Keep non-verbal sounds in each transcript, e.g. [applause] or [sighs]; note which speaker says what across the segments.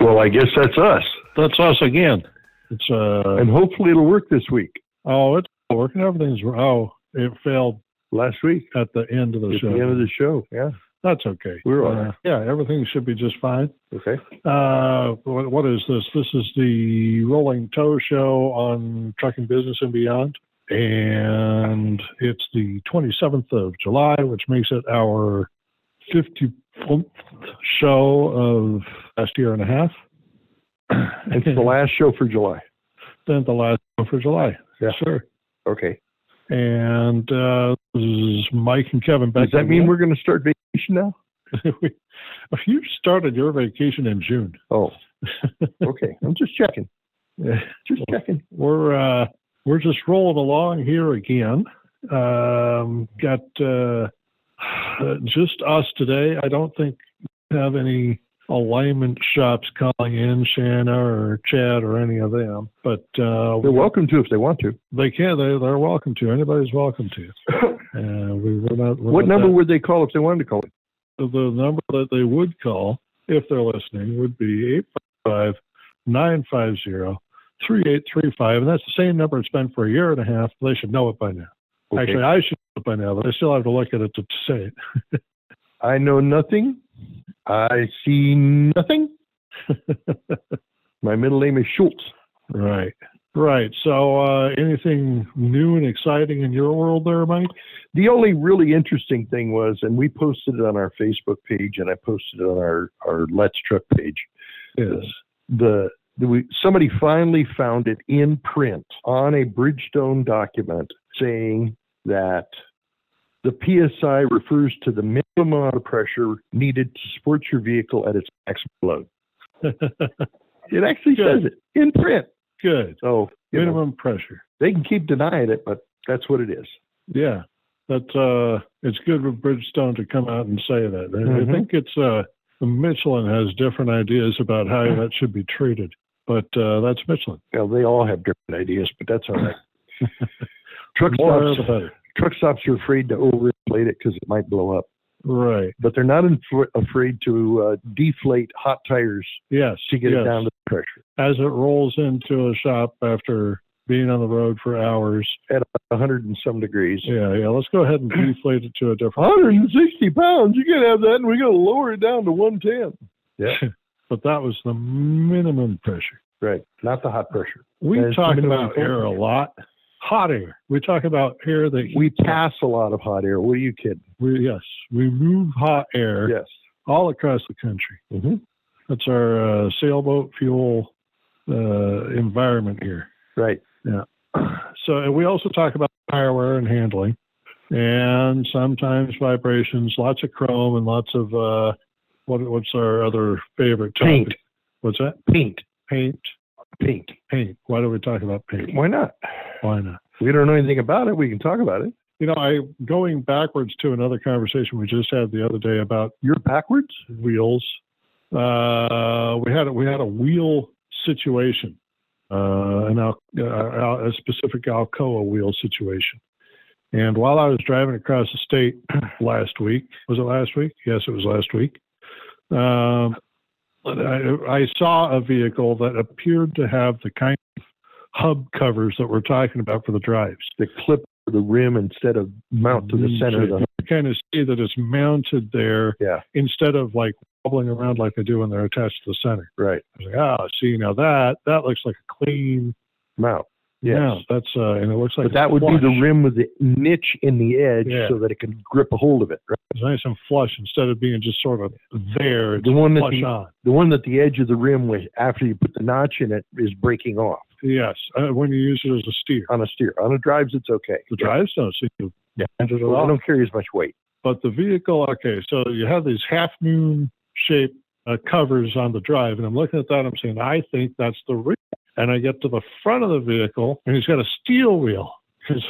Speaker 1: Well, I guess that's us.
Speaker 2: That's us again. It's uh
Speaker 1: And hopefully it'll work this week.
Speaker 2: oh, it's working. Everything's oh, it failed
Speaker 1: Last week
Speaker 2: at the end of the
Speaker 1: at the
Speaker 2: show.
Speaker 1: end of the show. Yeah.
Speaker 2: That's okay.
Speaker 1: We're all
Speaker 2: Uh,
Speaker 1: right.
Speaker 2: yeah, everything should be just fine.
Speaker 1: Okay.
Speaker 2: Uh, what, what is this? This is the Rolling Toe Show on Trucking Business and Beyond. And it's the 27th of July, which makes it our 50th show of last year and a half.
Speaker 1: It's
Speaker 2: [laughs]
Speaker 1: the last show for July.
Speaker 2: then the last one for July.
Speaker 1: Yeah.
Speaker 2: Sure.
Speaker 1: Okay.
Speaker 2: And uh, this is Mike and Kevin back.
Speaker 1: Does that mean we're going to start vacation now?
Speaker 2: [laughs] we're? you started your vacation in June. [laughs]
Speaker 1: Oh. [laughs] Okay. I'm just checking. Just
Speaker 2: Oh.
Speaker 1: checking.
Speaker 2: we're uh, we're just rolling along here again. Um, got uh, [sighs] just us today. I don't think we have any alignment shops calling in Shanna or Chad or any of them, but uh,
Speaker 1: They're welcome to if they want
Speaker 2: [coughs]
Speaker 1: to.
Speaker 2: they can. They, they're welcome to. Anybody's welcome to. Uh, we, we're not, we're
Speaker 1: What
Speaker 2: not
Speaker 1: number
Speaker 2: that-
Speaker 1: would they call if they wanted to call it?
Speaker 2: the number that they would call if they're listening would be 855 950 3835. And that's the same number it's been for a year and a half. They should know it by now.
Speaker 1: Okay.
Speaker 2: Actually, I should know it by now, but I still have to look at it to say it.
Speaker 1: I know nothing. I see nothing.
Speaker 2: [laughs]
Speaker 1: My middle name is Schultz.
Speaker 2: Right. Right. So, uh, anything new and exciting in your world there, Mike?
Speaker 1: The only really interesting thing was, and we posted it on our Facebook page and I posted it on our, our Let's Truck page.
Speaker 2: Yes.
Speaker 1: The, the we, somebody finally found it in print on a Bridgestone document saying that the PSI refers to the minimum amount of pressure needed to support your vehicle at its maximum load. It actually
Speaker 2: Good.
Speaker 1: says it in print.
Speaker 2: [laughs] Good.
Speaker 1: So you know,
Speaker 2: Minimum pressure.
Speaker 1: they can keep denying it, but that's what it is.
Speaker 2: Yeah, but uh, it's good with Bridgestone to come out and say that. I- I
Speaker 1: Mhm.
Speaker 2: think it's uh, Michelin has different ideas about how that should be treated, but uh, that's Michelin.
Speaker 1: Well, they all have different ideas, but that's all
Speaker 2: [laughs]
Speaker 1: right. truck
Speaker 2: More
Speaker 1: stops,
Speaker 2: the better.
Speaker 1: truck stops are afraid to overinflate it because it might blow up,
Speaker 2: Right.
Speaker 1: but they're not infl- afraid to uh, deflate hot tires
Speaker 2: Yes.
Speaker 1: to get
Speaker 2: yes.
Speaker 1: it down to pressure
Speaker 2: As it rolls into a shop after being on the road for hours.
Speaker 1: 100 and some degrees.
Speaker 2: Yeah, yeah. Let's go ahead and deflate it to a different.
Speaker 1: 160 pounds, you can have that, and we got to lower it down to 110. Yeah.
Speaker 2: [laughs] but that was the minimum pressure.
Speaker 1: Right, not the hot pressure.
Speaker 2: We
Speaker 1: That's the
Speaker 2: talk
Speaker 1: minimum
Speaker 2: about air a lot. Hot air. We talk about air that
Speaker 1: We
Speaker 2: heats up.
Speaker 1: pass a lot of hot air. What are you kidding?
Speaker 2: We, yes, we move hot air
Speaker 1: Yes.
Speaker 2: all across the country.
Speaker 1: hmm
Speaker 2: That's our uh, sailboat fuel uh, environment here.
Speaker 1: Right.
Speaker 2: So, and we also talk about fireware and handling, and sometimes vibrations, lots of chrome, and lots of uh, what, what's our other favorite topic?
Speaker 1: Paint.
Speaker 2: What's that?
Speaker 1: Paint.
Speaker 2: Paint.
Speaker 1: Paint.
Speaker 2: Paint. Why do we talk about paint?
Speaker 1: Why not?
Speaker 2: Why not?
Speaker 1: We don't know anything about it. We can talk about it.
Speaker 2: You know, I going backwards to another conversation we just had the other day about
Speaker 1: You're backwards.
Speaker 2: wheels. Uh, we had a, we had a wheel situation, uh, an al- uh, al- a specific Alcoa wheel situation. And while I was driving across the state [clears throat] last week, was it last week? Yes, it was last week. Um, I, I saw a vehicle that appeared to have the kind of hub covers that we're talking about for the drives.
Speaker 1: The clip for the rim instead of mount to
Speaker 2: Mm-hmm.
Speaker 1: the center of the.
Speaker 2: Mm, You kind of see that it's mounted there
Speaker 1: Yeah.
Speaker 2: instead of like wobbling around like they do when they're attached to the center.
Speaker 1: Right.
Speaker 2: I was like, ah, see now that that looks like a clean
Speaker 1: Mount. Yes.
Speaker 2: mount. That's uh, and it looks like
Speaker 1: But that
Speaker 2: it's
Speaker 1: would be the
Speaker 2: flush.
Speaker 1: rim with the niche in the edge
Speaker 2: Yeah.
Speaker 1: so that it can grip a hold of it. Right?
Speaker 2: It's nice and flush instead of being just sort of there. It's
Speaker 1: The one that
Speaker 2: flush
Speaker 1: the,
Speaker 2: on.
Speaker 1: the one that the edge of the rim was after you put the notch in it is breaking off
Speaker 2: Yes, uh, when you use it as a steer,
Speaker 1: on a steer. On a drives, it's okay.
Speaker 2: the drives don't seem to
Speaker 1: Yeah.
Speaker 2: bend it at
Speaker 1: Well, I
Speaker 2: all.
Speaker 1: don't carry as much weight.
Speaker 2: But the vehicle, okay, so you have these half moon shaped uh, covers on the drive, and I'm looking at that, I'm saying, I think that's the rig. And I get to the front of the vehicle, and he's got a steel wheel.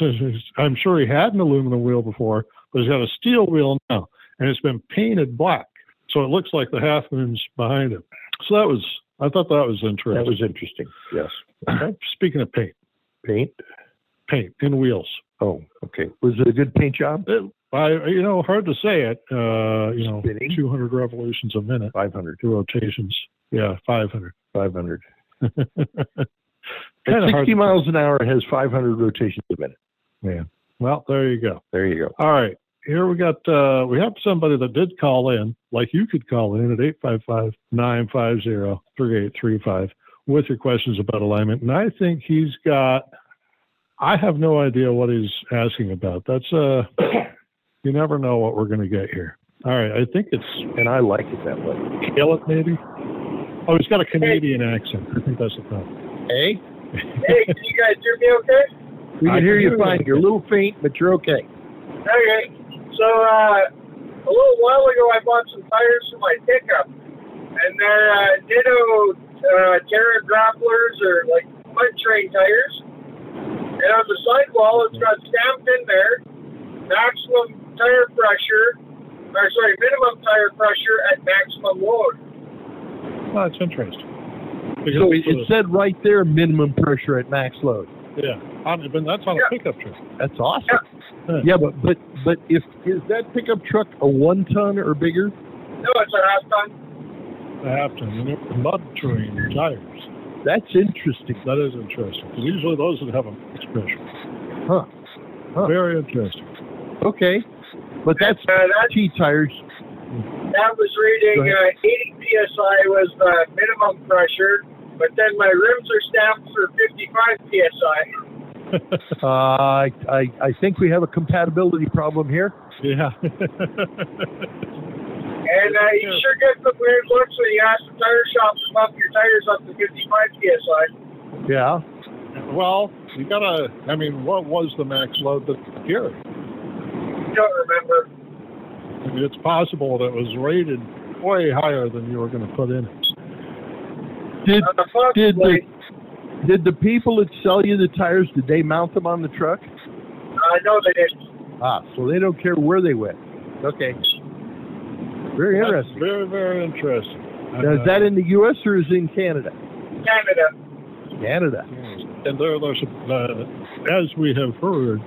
Speaker 2: [laughs] I'm sure he had an aluminum wheel before, but he's got a steel wheel now, and it's been painted black. So it looks like the half moon's behind him. So that was, I thought that was
Speaker 1: That
Speaker 2: interesting.
Speaker 1: was interesting. Yes.
Speaker 2: [laughs] Speaking of paint,
Speaker 1: Paint.
Speaker 2: paint in wheels.
Speaker 1: Oh, okay. Was it a good paint job?
Speaker 2: It, I, you know, hard to say it. Uh, you know,
Speaker 1: Spinning.
Speaker 2: 200 revolutions a minute,
Speaker 1: 500,
Speaker 2: two rotations. Yeah, [laughs] 500.
Speaker 1: 500.
Speaker 2: Kinda
Speaker 1: At
Speaker 2: hard
Speaker 1: 60
Speaker 2: to-
Speaker 1: miles an hour, it has 500 rotations a minute.
Speaker 2: Well, there you go.
Speaker 1: There you go.
Speaker 2: All right. Here we got, uh, we have somebody that did call in, like you could call in at 855 950 3835 with your questions about alignment. And I think he's got, I have no idea what he's asking about. That's, uh, [coughs] you never know what we're going to get here. All right. I think it's
Speaker 1: And I like it that way.
Speaker 2: Caleb, maybe. Oh, he's got a Canadian accent. I think that's the problem.
Speaker 1: Hey,
Speaker 3: Hey, can you guys hear me okay?
Speaker 1: we
Speaker 2: I
Speaker 1: can hear you fine.
Speaker 2: okay.
Speaker 1: You're a little faint, but you're okay.
Speaker 3: Okay. So uh, a little while ago, I bought some tires for my pickup, and they're uh, Ditto uh, Terra Grapplers or like mud train tires. And on the sidewall, it's got stamped in there maximum tire pressure, or sorry, minimum tire pressure at maximum load.
Speaker 2: Oh, that's interesting.
Speaker 1: So it, it said right there, minimum pressure at max load.
Speaker 2: yeah. On, but that's on
Speaker 3: Yeah.
Speaker 2: a pickup truck.
Speaker 1: That's awesome. Yeah, but but but if is that pickup truck a one ton or bigger?
Speaker 3: No, it's a half ton.
Speaker 2: I have to. You know, mud train tires.
Speaker 1: That's interesting.
Speaker 2: That is interesting. 'cause usually those would have a mixed pressure.
Speaker 1: Huh. Huh.
Speaker 2: Very interesting. [laughs]
Speaker 1: Okay, but that's
Speaker 3: Uh, that
Speaker 1: T tires.
Speaker 3: That was reading
Speaker 1: Go ahead.
Speaker 3: uh, 80 psi was the minimum pressure, but then my rims are stamped for 55 psi.
Speaker 1: Uh, I I I think we have a compatibility problem here.
Speaker 2: Yeah. [laughs]
Speaker 3: And uh, you
Speaker 2: Yeah.
Speaker 3: sure get some weird looks when you ask the tire shop to bump your tires up to 55 psi.
Speaker 1: Yeah.
Speaker 2: well, you gotta. I mean, what was the max load that here?
Speaker 3: Don't remember.
Speaker 2: I mean, it's possible that it was rated way higher than you were going to put in. it.
Speaker 1: Did
Speaker 3: Uh,
Speaker 1: did the
Speaker 3: possibly.
Speaker 1: did the people that sell you the tires did they mount them on the truck?
Speaker 3: Uh, no, they didn't.
Speaker 1: Ah, so they don't care where they went. Okay. Very
Speaker 2: That's
Speaker 1: interesting.
Speaker 2: very, very interesting.
Speaker 1: Now, is
Speaker 2: Uh,
Speaker 1: that in the U.S. or is it in Canada?
Speaker 3: Canada.
Speaker 1: Canada.
Speaker 2: And there, there's, uh, as we have heard,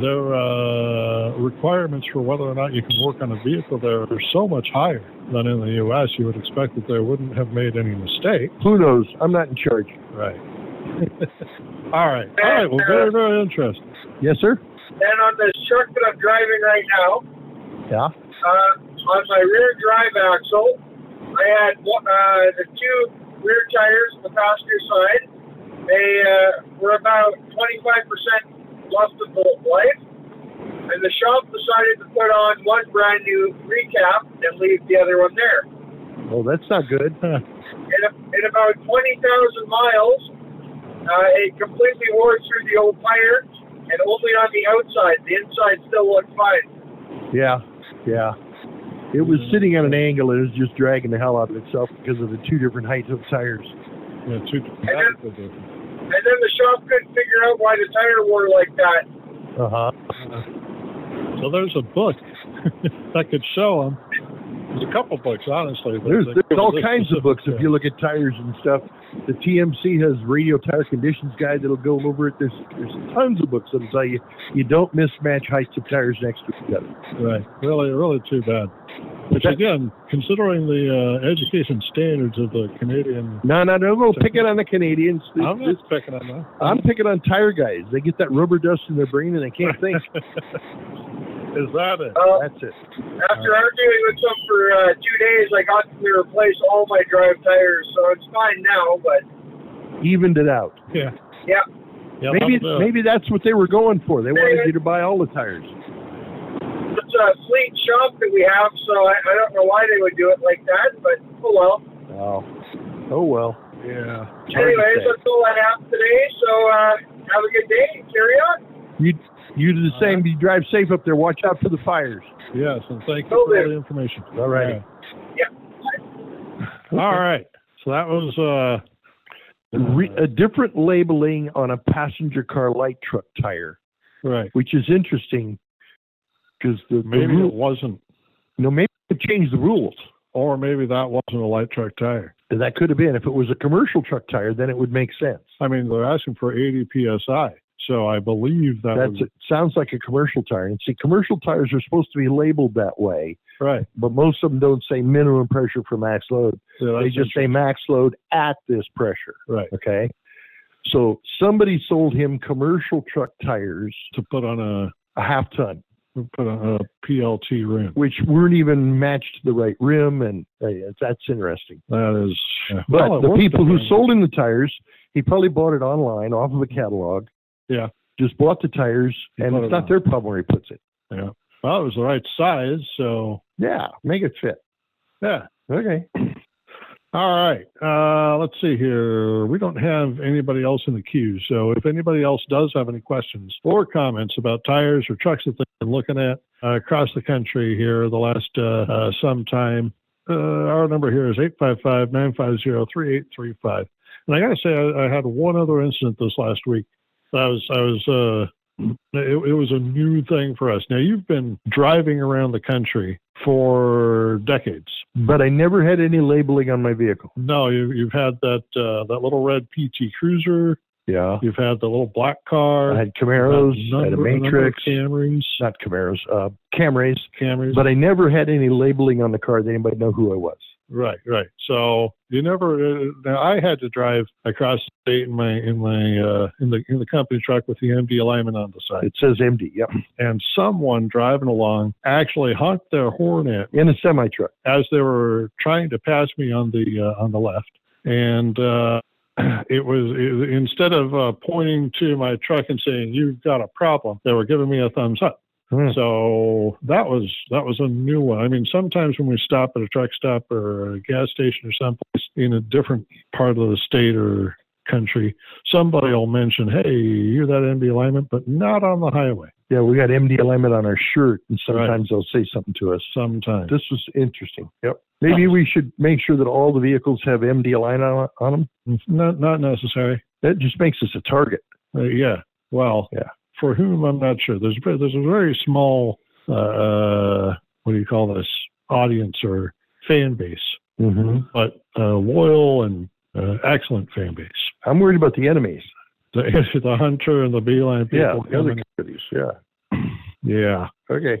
Speaker 2: their uh, requirements for whether or not you can work on a vehicle there are so much higher than in the U.S. You would expect that they wouldn't have made any mistake.
Speaker 1: Who knows? I'm not in charge.
Speaker 2: Right. [laughs] All right. All right. Well, very, very interesting.
Speaker 1: Yes, sir.
Speaker 3: Then on this truck that I'm driving right now,
Speaker 1: Yeah.
Speaker 3: uh, on my rear drive axle, I had uh, the two rear tires on the passenger side. They uh, were about 25% left of bolt life, and the shop decided to put on one brand new recap and leave the other one there.
Speaker 1: Well, that's not good.
Speaker 3: In, a, in about 20,000 miles, uh, it completely wore through the old tire, and only on the outside. The inside still looked fine.
Speaker 1: Yeah. Yeah. It was
Speaker 2: Mm.
Speaker 1: sitting at an angle and it was just dragging the hell out of itself because of the two different heights of tires.
Speaker 2: Yeah, two dramatically different.
Speaker 3: And then the shop couldn't figure out why the tire wore like that.
Speaker 1: Uh huh.
Speaker 2: So there's a book [laughs] that could show them. There's a couple books, honestly. that-
Speaker 1: There's,
Speaker 2: that
Speaker 1: there's all
Speaker 2: cover this
Speaker 1: kinds of
Speaker 2: specific,
Speaker 1: books. If
Speaker 2: uh,
Speaker 1: you look at tires and stuff, the TMC has radio tire conditions guide that'll go over it. There's there's tons of books that'll tell you you don't mismatch heights of tires next to each other.
Speaker 2: Right. Really, really too bad. Which
Speaker 1: That-
Speaker 2: again, considering the uh, education standards of the Canadian,
Speaker 1: No, no, no, no. Pick it on the Canadians. This-
Speaker 2: I'm
Speaker 1: this-
Speaker 2: not picking on that.
Speaker 1: I'm picking on tire guys. They get that rubber dust in their brain and they can't think.
Speaker 2: [laughs] Is that it?
Speaker 3: Uh,
Speaker 1: That's it.
Speaker 3: after arguing with them for uh, two days, I got them to replace all my drive tires, so it's fine now. But
Speaker 1: Evened it out.
Speaker 2: Yeah.
Speaker 3: Yeah.
Speaker 2: Yeah.
Speaker 1: Maybe
Speaker 2: that'll do it.
Speaker 1: maybe that's what they were going for. They wanted you to buy all the tires.
Speaker 3: it's a fleet shop that we have, so I, I don't know why they would do it like that. But oh well.
Speaker 1: Oh, oh well.
Speaker 2: Yeah.
Speaker 1: It's hard to say.
Speaker 3: Anyways, uh, that's all I have today. So uh, have a good day. Carry on.
Speaker 1: You you do the same. You drive safe up there. Watch out for the fires.
Speaker 2: Yes, and thank you
Speaker 3: Go
Speaker 2: for
Speaker 3: there.
Speaker 2: all the information.
Speaker 1: All righty.
Speaker 3: Yeah.
Speaker 2: All right. So that was uh,
Speaker 1: Re- uh, a different labeling on a passenger car light truck tire,
Speaker 2: right.
Speaker 1: which is interesting because the, the
Speaker 2: Maybe
Speaker 1: rule-
Speaker 2: it wasn't,
Speaker 1: no maybe they changed the rules.
Speaker 2: or maybe that wasn't a light truck tire.
Speaker 1: That could have been if it was a commercial truck tire, then it would make sense.
Speaker 2: I mean, they're asking for 80 psi, So I believe that
Speaker 1: That's
Speaker 2: was
Speaker 1: it. Sounds like a commercial tire. And see, commercial tires are supposed to be labeled that way,
Speaker 2: right.
Speaker 1: but most of them don't say minimum pressure for max load.
Speaker 2: Yeah,
Speaker 1: They
Speaker 2: that's
Speaker 1: just say max load at this pressure.
Speaker 2: right
Speaker 1: Okay. So somebody sold him commercial truck tires,
Speaker 2: to put on a
Speaker 1: a half ton,
Speaker 2: put on a PLT rim.
Speaker 1: which weren't even matched to the right rim. And uh, that's interesting.
Speaker 2: That is, yeah.
Speaker 1: But
Speaker 2: Well, it
Speaker 1: the
Speaker 2: worked
Speaker 1: people who
Speaker 2: apparently.
Speaker 1: sold him the tires, he probably bought it online off of a catalog.
Speaker 2: Yeah.
Speaker 1: Just bought the tires,
Speaker 2: He
Speaker 1: and
Speaker 2: bought
Speaker 1: it's
Speaker 2: it
Speaker 1: not
Speaker 2: on-
Speaker 1: their problem where he puts it.
Speaker 2: well, it was the right size. So
Speaker 1: Yeah, make it fit.
Speaker 2: yeah.
Speaker 1: Okay.
Speaker 2: All right. Uh, let's see here. We don't have anybody else in the queue. So if anybody else does have any questions or comments about tires or trucks that they've been looking at uh, across the country here the last uh, uh, some time, uh, our number here is 855 950 3835. And I got to say, I, I had one other incident this last week. I was, I was, uh, it, it was a new thing for us. Now, you've been driving around the country for decades.
Speaker 1: But I never had any labeling on my vehicle.
Speaker 2: No, you, you've had that uh, that little red PT Cruiser.
Speaker 1: Yeah.
Speaker 2: You've had the little black
Speaker 1: I
Speaker 2: car.
Speaker 1: had Camaros, I had a
Speaker 2: number- number of
Speaker 1: Matrix,
Speaker 2: Camrys,
Speaker 1: not Camaros, uh, Camrys,
Speaker 2: Camrys.
Speaker 1: but I never had any labeling on the car that anybody know who I was.
Speaker 2: right, right. So you never. Uh, now I had to drive across the state in my in my uh, in the in the company truck with the MD alignment on the side,
Speaker 1: It says MD, yep,
Speaker 2: and someone driving along actually honked their horn at
Speaker 1: in a semi truck.
Speaker 2: as they were trying to pass me on the uh, on the left, and uh, [clears throat] it was it, instead of uh, pointing to my truck and saying you've got a problem, they were giving me a thumbs up.
Speaker 1: Hmm.
Speaker 2: So that was that was a new one. I mean, sometimes when we stop at a truck stop or a gas station or someplace in a different part of the state or country, somebody will mention, "Hey, you're that NB alignment, but not on the highway."
Speaker 1: Yeah, we got MD alignment on our shirt, and
Speaker 2: Right.
Speaker 1: sometimes they'll say something to us.
Speaker 2: Sometimes.
Speaker 1: This was interesting. Yep. Maybe we should make sure that all the vehicles have MD alignment on, on them.
Speaker 2: Not not necessary.
Speaker 1: That just makes us a target.
Speaker 2: Uh, yeah. Well.
Speaker 1: Yeah.
Speaker 2: For whom I'm not sure. There's a- there's a very small uh, uh, what do you call this audience or fan base,
Speaker 1: Mm-hmm.
Speaker 2: but uh, loyal and uh, excellent fan base.
Speaker 1: I'm worried about the enemies.
Speaker 2: The, [laughs] the hunter and the beeline people.
Speaker 1: Yeah, the other
Speaker 2: coming.
Speaker 1: companies. Yeah.
Speaker 2: yeah.
Speaker 1: Okay.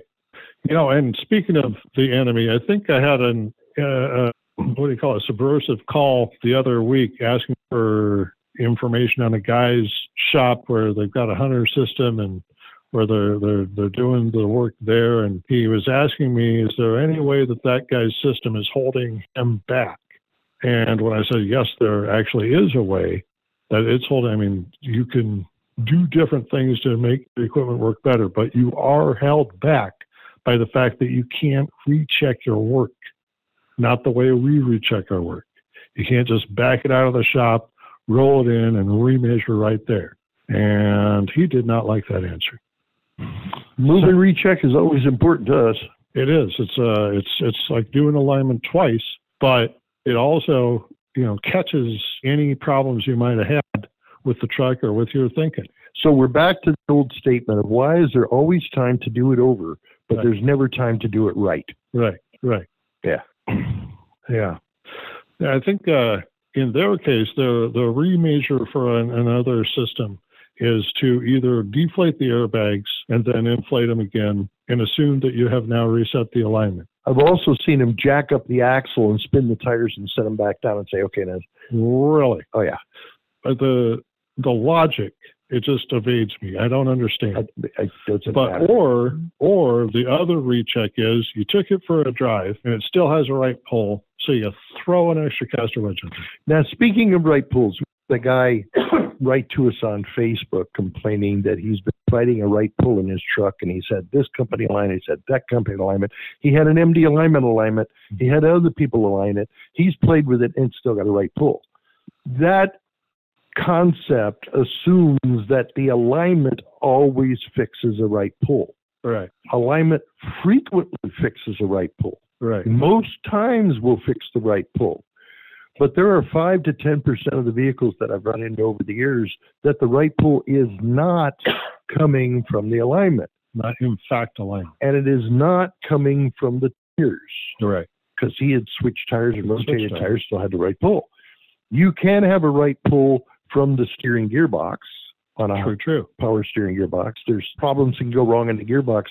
Speaker 2: You know, and speaking of the enemy, I think I had an uh, uh, what do you call it, subversive call the other week asking for information on a guy's shop where they've got a hunter system and where they're they're they're doing the work there. And he was asking me, is there any way that that guy's system is holding him back? And when I said yes, there actually is a way that it's holding. I mean, you can do different things to make the equipment work better, but you are held back by the fact that you can't recheck your work, not the way we recheck our work. You can't just back it out of the shop, roll it in, and remeasure right there. And he did not like that answer.
Speaker 1: Move and recheck is always important to us.
Speaker 2: It is. It's uh, it's it's like doing alignment twice, but it also you know catches any problems you might have had with the truck or with your thinking.
Speaker 1: So we're back to the old statement of why is there always time to do it over, but
Speaker 2: Right.
Speaker 1: there's never time to do it right.
Speaker 2: Right, right.
Speaker 1: Yeah.
Speaker 2: [clears throat] Yeah. Yeah, I think uh, in their case, the, the remeasure for an, another system is to either deflate the airbags and then inflate them again and assume that you have now reset the alignment.
Speaker 1: I've also seen them jack up the axle and spin the tires and set them back down and say, okay, now,
Speaker 2: Really?
Speaker 1: oh yeah,
Speaker 2: But Uh, the, the logic, it just evades me. I don't understand.
Speaker 1: I, I, doesn't
Speaker 2: But
Speaker 1: matter.
Speaker 2: or or the other recheck is you took it for a drive and it still has a right pole, so you throw an extra caster wedge in.
Speaker 1: Now, speaking of right pulls, the guy [coughs] write to us on Facebook complaining that he's been fighting a right pull in his truck, and he said this company line, he said that company alignment. He had an MD alignment alignment. He had other people align it. He's played with it and still got a right pull. That concept assumes that the alignment always fixes a right pull.
Speaker 2: Right,
Speaker 1: Alignment frequently fixes a right pull
Speaker 2: right.
Speaker 1: most times will fix the right pull. But there are five to ten percent of the vehicles that I've run into over the years that the right pull is not coming from the alignment,
Speaker 2: not in fact alignment.
Speaker 1: and it is not coming from the tires
Speaker 2: Right.
Speaker 1: because he had switched tires and
Speaker 2: Switched
Speaker 1: rotated
Speaker 2: tires.
Speaker 1: tires, still had the right pull. You can have a right pull from the steering gearbox, on a
Speaker 2: True, true.
Speaker 1: power steering gearbox. There's problems that can go wrong in the gearbox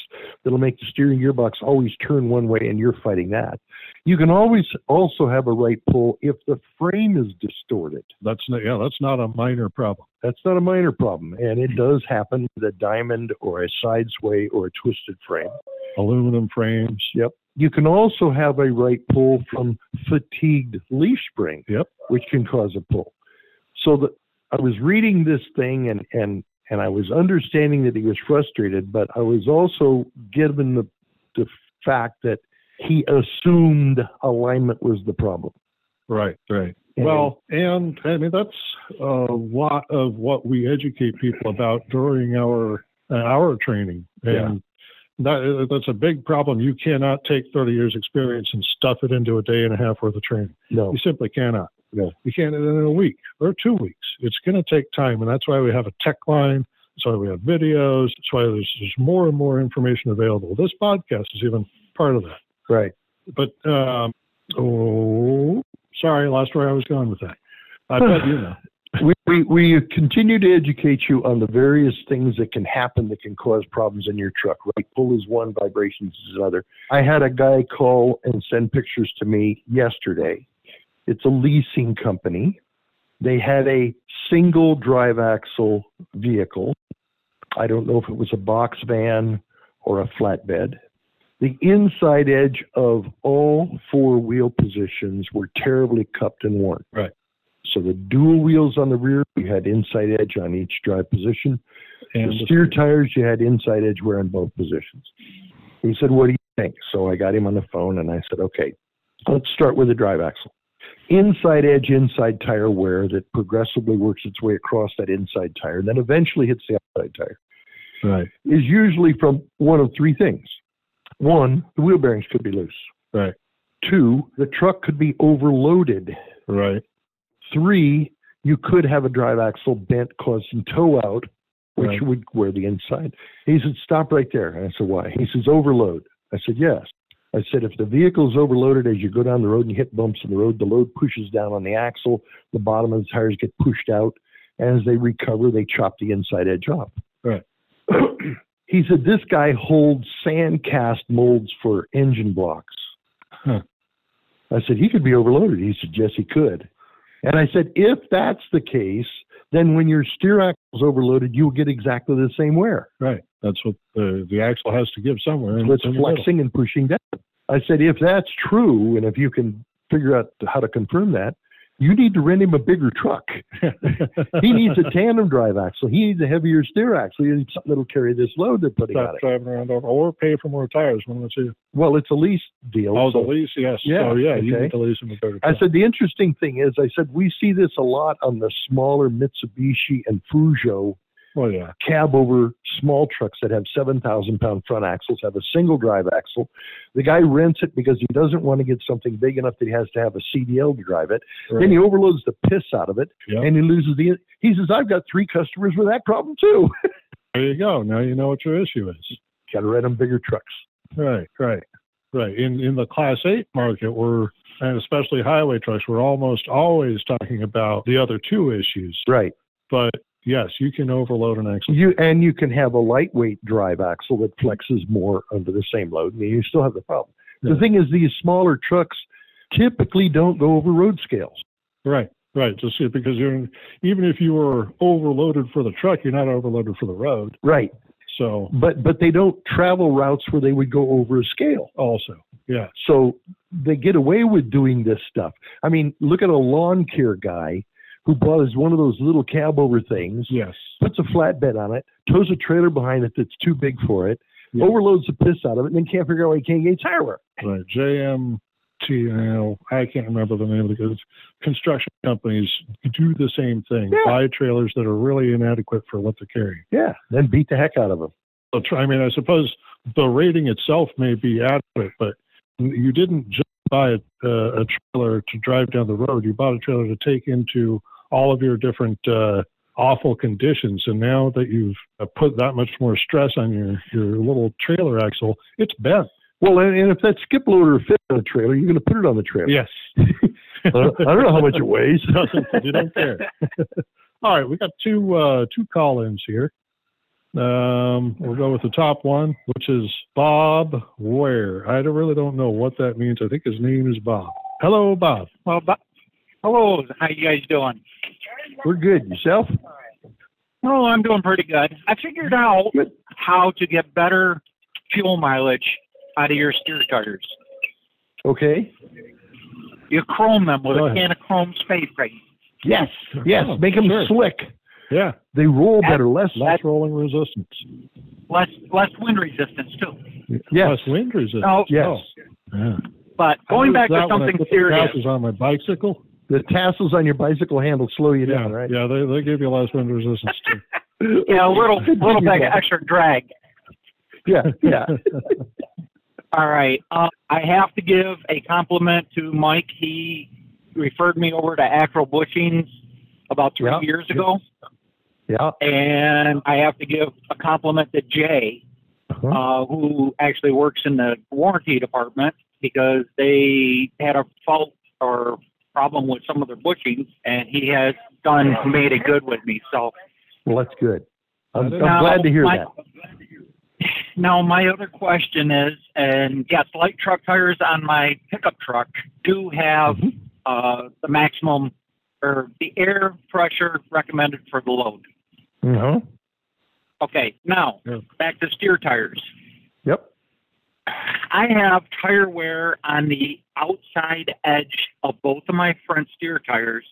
Speaker 1: that'll make the steering gearbox always turn one way, and you're fighting that. You can always also have a right pull if the frame is distorted.
Speaker 2: That's not, yeah, that's not a minor problem.
Speaker 1: That's not a minor problem, and it does happen with a diamond or a sidesway or a twisted frame.
Speaker 2: Aluminum frames.
Speaker 1: You can also have a right pull from fatigued leaf spring,
Speaker 2: Yep.
Speaker 1: which can cause a pull. So the, I was reading this thing and, and, and I was understanding that he was frustrated, but I was also given the, the fact that he assumed alignment was the problem.
Speaker 2: Right, right.
Speaker 1: And-
Speaker 2: Well, and I mean that's a lot of what we educate people about during our uh, our training, and that uh, that's a big problem. You cannot take 30 years experience and stuff it into a day and a half worth of training.
Speaker 1: no,
Speaker 2: You simply cannot.
Speaker 1: No.
Speaker 2: You can't do it in a week or two weeks. It's going to take time, and that's why we have a tech line. That's why we have videos. That's why there's, there's more and more information available. This podcast is even part of that
Speaker 1: right.
Speaker 2: but um, oh, sorry, I lost where I was going with that. I bet
Speaker 1: [sighs]
Speaker 2: you know.
Speaker 1: We, we, we continue to educate you on the various things that can happen that can cause problems in your truck, right? Pull is one, vibrations is another. I had a guy call and send pictures to me yesterday. It's a leasing company. They had a single drive axle vehicle. I don't know if it was a box van or a flatbed. The inside edge of all four wheel positions were terribly cupped and worn. So the dual wheels on the rear, you had inside edge on each drive position.
Speaker 2: And
Speaker 1: the steer tires, you had inside edge wear in both positions. He said, What do you think? So I got him on the phone and I said, Okay, let's start with the drive axle. Inside edge, inside tire wear that progressively works its way across that inside tire, then eventually hits the outside tire
Speaker 2: right,
Speaker 1: is usually from one of three things. One, the wheel bearings could be loose.
Speaker 2: Right.
Speaker 1: Two, the truck could be overloaded
Speaker 2: right,
Speaker 1: Three, you could have a drive axle bent, causing toe out, which
Speaker 2: Right.
Speaker 1: would wear the inside. He said, Stop right there. And I said, Why? He says, Overload. I said, Yes. I said, If the vehicle's overloaded as you go down the road and you hit bumps in the road, the load pushes down on the axle, the bottom of the tires get pushed out. And as they recover, they chop the inside edge off.
Speaker 2: Right.
Speaker 1: [clears throat] he said, This guy holds sand cast molds for engine blocks.
Speaker 2: Huh.
Speaker 1: I said, He could be overloaded. He said, Yes, he could. And I said, if that's the case, then when your steer axle is overloaded, you'll get exactly the same wear.
Speaker 2: right. That's what the the axle has to give somewhere. and
Speaker 1: So it's
Speaker 2: it's in the middle.
Speaker 1: flexing and pushing down. I said, if that's true, and if you can figure out how to confirm that, you need to rent him a bigger truck. He needs
Speaker 2: [laughs]
Speaker 1: a tandem drive axle. He needs a heavier steer axle. He needs something that'll carry this load they're putting
Speaker 2: Stop
Speaker 1: on it.
Speaker 2: driving around over or pay for more tires. One of the two.
Speaker 1: Well, it's a lease deal.
Speaker 2: Oh, the
Speaker 1: so-
Speaker 2: lease, yes.
Speaker 1: Yeah,
Speaker 2: so, yeah, you
Speaker 1: okay.
Speaker 2: need to lease them a better
Speaker 1: I
Speaker 2: car.
Speaker 1: said the interesting thing is, I said we see this a lot on the smaller Mitsubishi and Peugeot
Speaker 2: Well, yeah,
Speaker 1: cab over small trucks that have 7,000 pound front axles, have a single drive axle. The guy rents it because he doesn't want to get something big enough that he has to have a CDL to drive it. Then
Speaker 2: right.
Speaker 1: he overloads the piss out of it
Speaker 2: Yeah.
Speaker 1: and he loses the. He says, I've got three customers with that problem too. [laughs]
Speaker 2: there you go. Now you know what your issue is.
Speaker 1: got to rent them bigger trucks.
Speaker 2: Right, right, right. In in the class eight market, we're and especially highway trucks, we're almost always talking about the other two issues.
Speaker 1: Right.
Speaker 2: But yes, you can overload an axle.
Speaker 1: You And you can have a lightweight drive axle that flexes more under the same load and you still have the problem. The
Speaker 2: Yeah.
Speaker 1: thing is, these smaller trucks typically don't go over road scales.
Speaker 2: Right, right. Just see, because you're even if you were overloaded for the truck, you're not overloaded for the road.
Speaker 1: Right.
Speaker 2: So
Speaker 1: But, but they don't travel routes where they would go over a scale.
Speaker 2: also, yeah,
Speaker 1: So they get away with doing this stuff. I mean, look at a lawn care guy who buys one of those little cab over things,
Speaker 2: yes,
Speaker 1: puts a flatbed on it, tows a trailer behind it that's too big for it,
Speaker 2: Yeah.
Speaker 1: overloads the piss out of it, and then can't figure out why he can't get his tire wear.
Speaker 2: right. JMT, now I can't remember the name of the it's- construction companies do the same thing.
Speaker 1: Yeah.
Speaker 2: Buy trailers that are really inadequate for what they're carrying.
Speaker 1: Yeah, then beat the heck out of him.
Speaker 2: the tr- I mean, I suppose the rating itself may be adequate, but you didn't just buy a, a trailer to drive down the road. You bought a trailer to take into all of your different uh, awful conditions. And now that you've uh, put that much more stress on your, your little trailer axle, it's bent.
Speaker 1: Well, and, and if that skip loader fits on a trailer, you're going to put
Speaker 2: [laughs]
Speaker 1: it on the trailer.
Speaker 2: Yes. [laughs]
Speaker 1: I, don't, I don't know how much it weighs.
Speaker 4: [laughs]
Speaker 2: Nothing. You don't care. All right, we got two uh, two call-ins here. Um, we'll go with the top one, which is Bob Ware. I don't, really don't know what that means. I think his name is Bob. Hello, Bob.
Speaker 4: Well, bu- hello, how you guys doing?
Speaker 1: We're good. Yourself?
Speaker 4: Oh, I'm doing pretty good. I figured out how to get better fuel mileage out of your steer tires.
Speaker 1: Okay.
Speaker 4: You chrome them with
Speaker 2: Go
Speaker 4: a
Speaker 2: ahead.
Speaker 4: can of chrome spade paint.
Speaker 1: Yes. Yes.
Speaker 2: Oh,
Speaker 1: Make them
Speaker 2: sure.
Speaker 1: slick.
Speaker 2: Yeah,
Speaker 1: They roll better, less.
Speaker 2: less rolling resistance,
Speaker 4: Less less wind resistance too.
Speaker 1: Yes.
Speaker 2: less wind resistance.
Speaker 4: No,
Speaker 1: Yes.
Speaker 2: Oh, yeah.
Speaker 4: but going back to
Speaker 2: That when I
Speaker 4: something
Speaker 2: put the
Speaker 4: serious.
Speaker 2: Tassels on my bicycle.
Speaker 1: The tassels on your bicycle handle slow you
Speaker 2: Yeah,
Speaker 1: down, right?
Speaker 2: yeah, they they give you less wind resistance too.
Speaker 4: Yeah,
Speaker 1: [laughs]
Speaker 4: a little little bit of extra drag.
Speaker 1: Yeah. Yeah.
Speaker 4: All right. Uh, I have to give a compliment to Mike. He referred me over to Acro Bushings about three
Speaker 1: Yeah.
Speaker 4: years ago.
Speaker 1: Yeah.
Speaker 4: And I have to give a compliment to Jay,
Speaker 1: Uh-huh.
Speaker 4: uh, who actually works in the warranty department because they had a fault or problem with some of their bushings, and he has done made it good with me. So
Speaker 1: Well, that's good. I'm, I'm
Speaker 4: Now,
Speaker 1: glad to hear
Speaker 4: my-
Speaker 1: that.
Speaker 4: Now, my other question is, and yes, light truck tires on my pickup truck do have
Speaker 1: Mm-hmm.
Speaker 4: uh, the maximum or the air pressure recommended for the load.
Speaker 1: Uh-huh.
Speaker 4: Okay, now
Speaker 2: Yeah.
Speaker 4: back to steer tires.
Speaker 1: Yep.
Speaker 4: I have tire wear on the outside edge of both of my front steer tires,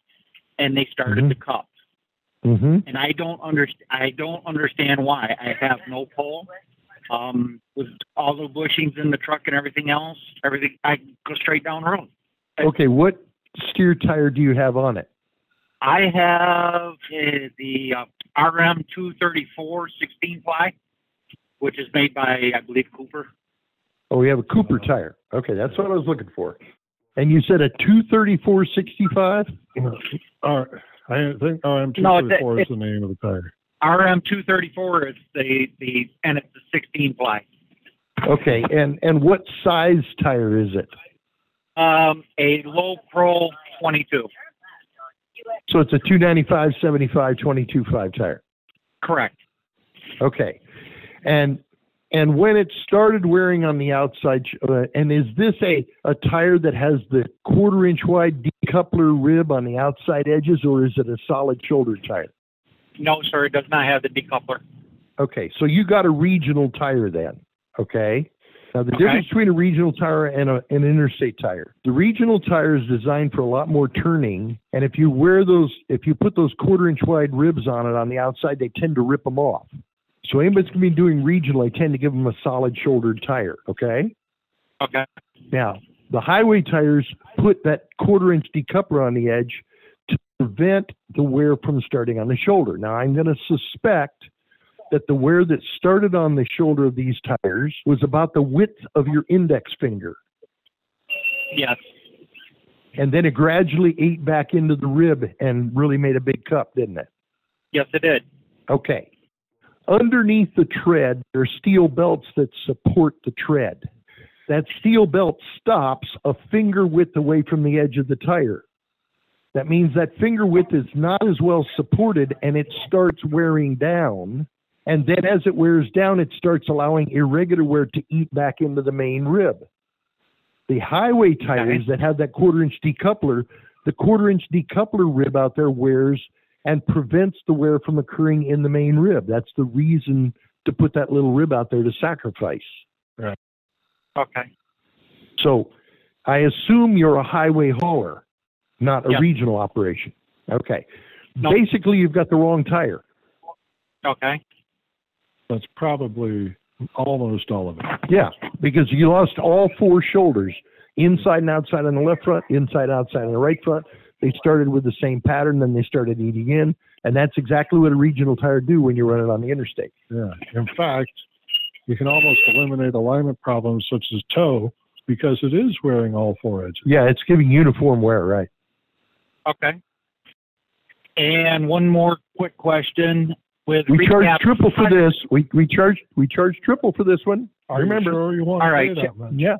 Speaker 4: and they started
Speaker 1: Mhm.
Speaker 4: to cup.
Speaker 1: Mm-hmm.
Speaker 4: and I don't underst- I don't understand why. I have no pull. Um, with all the bushings in the truck and everything else, everything I go straight down the road.
Speaker 1: Okay. What steer tire do you have on it?
Speaker 4: I have uh, the uh, RM 234 16 ply, which is made by I believe Cooper.
Speaker 1: Oh, we have a Cooper tire. Okay, that's what I was looking for. And you said a two thirty four sixty five.
Speaker 2: All right. I think RM two
Speaker 4: No, it's-
Speaker 2: thirty four is
Speaker 4: it's-
Speaker 2: the name of the tire.
Speaker 4: RM 234 is the the and it's a 16 ply.
Speaker 1: Okay, and and what size tire is it?
Speaker 4: Um, a low pro 22.
Speaker 1: So it's a two ninety five seventy five twenty two five tire.
Speaker 4: Correct.
Speaker 1: Okay, and and when it started wearing on the outside, uh, and is this a a tire that has the quarter inch wide decoupler rib on the outside edges, or is it a solid shoulder tire?
Speaker 4: No, sir, it does not have the decoupler.
Speaker 1: Okay, so you got a regional tire then. Okay. Now the
Speaker 4: Okay.
Speaker 1: difference between a regional tire and a, an interstate tire. The regional tire is designed for a lot more turning, and if you wear those, if you put those quarter inch wide ribs on it on the outside, they tend to rip them off. So anybody that's going to be doing regional, I tend to give them a solid shouldered tire. Okay.
Speaker 4: Okay.
Speaker 1: Now, the highway tires put that quarter inch decoupler on the edge to prevent the wear from starting on the shoulder. Now, I'm going to suspect that the wear that started on the shoulder of these tires was about the width of your index finger.
Speaker 4: Yes.
Speaker 1: And then it gradually ate back into the rib and really made a big cup, didn't it?
Speaker 4: Yes, it did.
Speaker 1: Okay. Underneath the tread, there are steel belts that support the tread. That steel belt stops a finger width away from the edge of the tire. That means that finger width is not as well supported and it starts wearing down. And then as it wears down, it starts allowing irregular wear to eat back into the main rib. The highway tires that have that quarter inch decoupler, the quarter inch decoupler rib out there wears and prevents the wear from occurring in the main rib. That's the reason to put that little rib out there to sacrifice.
Speaker 4: Okay.
Speaker 1: So I assume you're a highway hauler, not a
Speaker 4: Yeah.
Speaker 1: regional operation. Okay.
Speaker 4: No.
Speaker 1: Basically, you've got the wrong tire.
Speaker 4: Okay.
Speaker 2: That's probably almost all of it.
Speaker 1: Yeah, because you lost all four shoulders, inside and outside on the left front, inside outside on the right front. They started with the same pattern, then they started eating in, and that's exactly what a regional tire do when you run it on the interstate.
Speaker 2: Yeah. In fact, you can almost eliminate alignment problems such as toe because it is wearing all four edges.
Speaker 1: Yeah, it's giving uniform wear, right?
Speaker 4: Okay. And one more quick question with
Speaker 1: We charge
Speaker 4: recap-
Speaker 1: triple for this. We we charge we charge triple for this one.
Speaker 2: Are
Speaker 1: Remember-
Speaker 2: you sure you want
Speaker 4: All right,
Speaker 2: to pay
Speaker 4: yeah.
Speaker 2: that much?
Speaker 1: Yeah.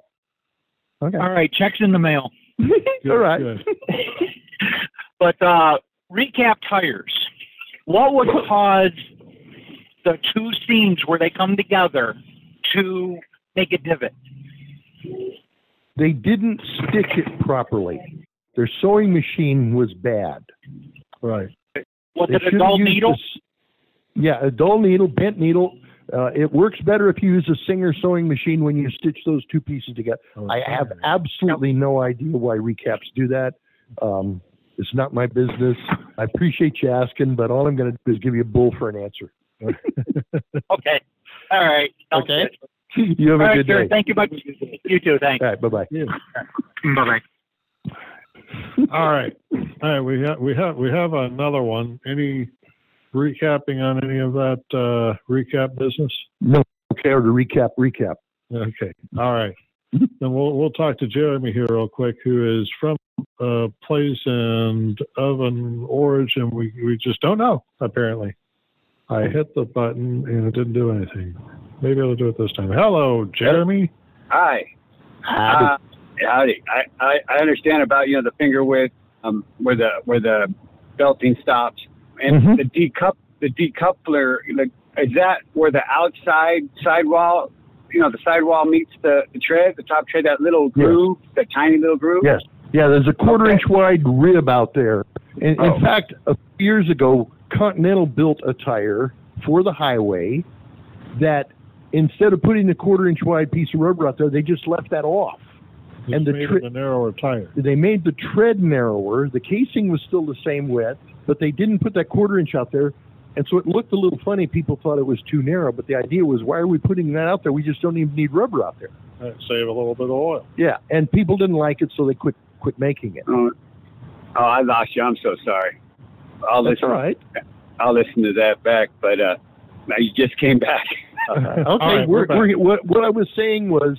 Speaker 1: Okay. [laughs]
Speaker 4: All right, checks in the mail.
Speaker 2: Good,
Speaker 1: All right.
Speaker 2: good.
Speaker 4: but uh, recap tires. What would cause the two seams where they come together to make a divot?
Speaker 1: They didn't stitch it properly. Their sewing machine was bad.
Speaker 2: Right.
Speaker 4: Was
Speaker 1: They
Speaker 4: it a
Speaker 1: should've
Speaker 4: dull
Speaker 1: used
Speaker 4: needle?
Speaker 1: this- yeah, a dull needle, bent needle. Uh, it works better if you use a Singer sewing machine when you stitch those two pieces together. I have absolutely no idea why recaps do that. Um, it's not my business. I appreciate you asking, but all I'm going to do is give you a bull for an answer. [laughs]
Speaker 4: Okay. All right. Sounds
Speaker 1: Okay.
Speaker 4: good.
Speaker 1: You have
Speaker 4: All
Speaker 1: a
Speaker 4: right,
Speaker 1: good
Speaker 4: sir.
Speaker 1: day.
Speaker 4: Thank you much. You too. Thanks.
Speaker 1: All right, bye bye.
Speaker 4: Bye bye.
Speaker 2: All right. All right. We have we have we have another one. Any recapping on any of that uh, recap business?
Speaker 1: No, okay, or to recap, recap.
Speaker 2: Okay. All right. [laughs] then we'll we'll talk to Jeremy here real quick, who is from a place and of an origin we we just don't know apparently. I
Speaker 1: Hmm.
Speaker 2: hit the button and it didn't do anything. Maybe I'll do it this time. Hello, Jeremy.
Speaker 5: Hi. Uh, howdy. I, I, I understand about you know the finger width, um, where the where the belting stops, and
Speaker 1: Mhm.
Speaker 5: the decup the decoupler. Like, is that where the outside sidewall, you know, the sidewall meets the, the tread, the top tread? That little
Speaker 1: Yes.
Speaker 5: groove, that tiny little groove.
Speaker 1: Yes. Yeah, there's a quarter
Speaker 5: Okay.
Speaker 1: inch wide rib out there. And
Speaker 5: Oh.
Speaker 1: in fact, a few years ago, Continental built a tire for the highway that instead of putting the quarter inch wide piece of rubber out there, they just left that off.
Speaker 2: It's
Speaker 1: And the
Speaker 2: made
Speaker 1: tri-
Speaker 2: of a narrower tire.
Speaker 1: They made the tread narrower. The casing was still the same width, but they didn't put that quarter inch out there. And so it looked a little funny. People thought it was too narrow, but the idea was why are we putting that out there? We just don't even need rubber out there.
Speaker 2: That'd save a little bit of oil.
Speaker 1: Yeah, and people didn't like it, so they quit quit making it.
Speaker 5: Oh, oh, I lost you. I'm so sorry. I'll
Speaker 1: That's all
Speaker 5: listen.
Speaker 1: right.
Speaker 5: I'll listen to that back. But uh, now you just
Speaker 1: [laughs]
Speaker 5: came back. [laughs]
Speaker 1: Okay,
Speaker 2: [laughs] All right,
Speaker 1: we're,
Speaker 2: we're back.
Speaker 1: we're, what, what I was saying was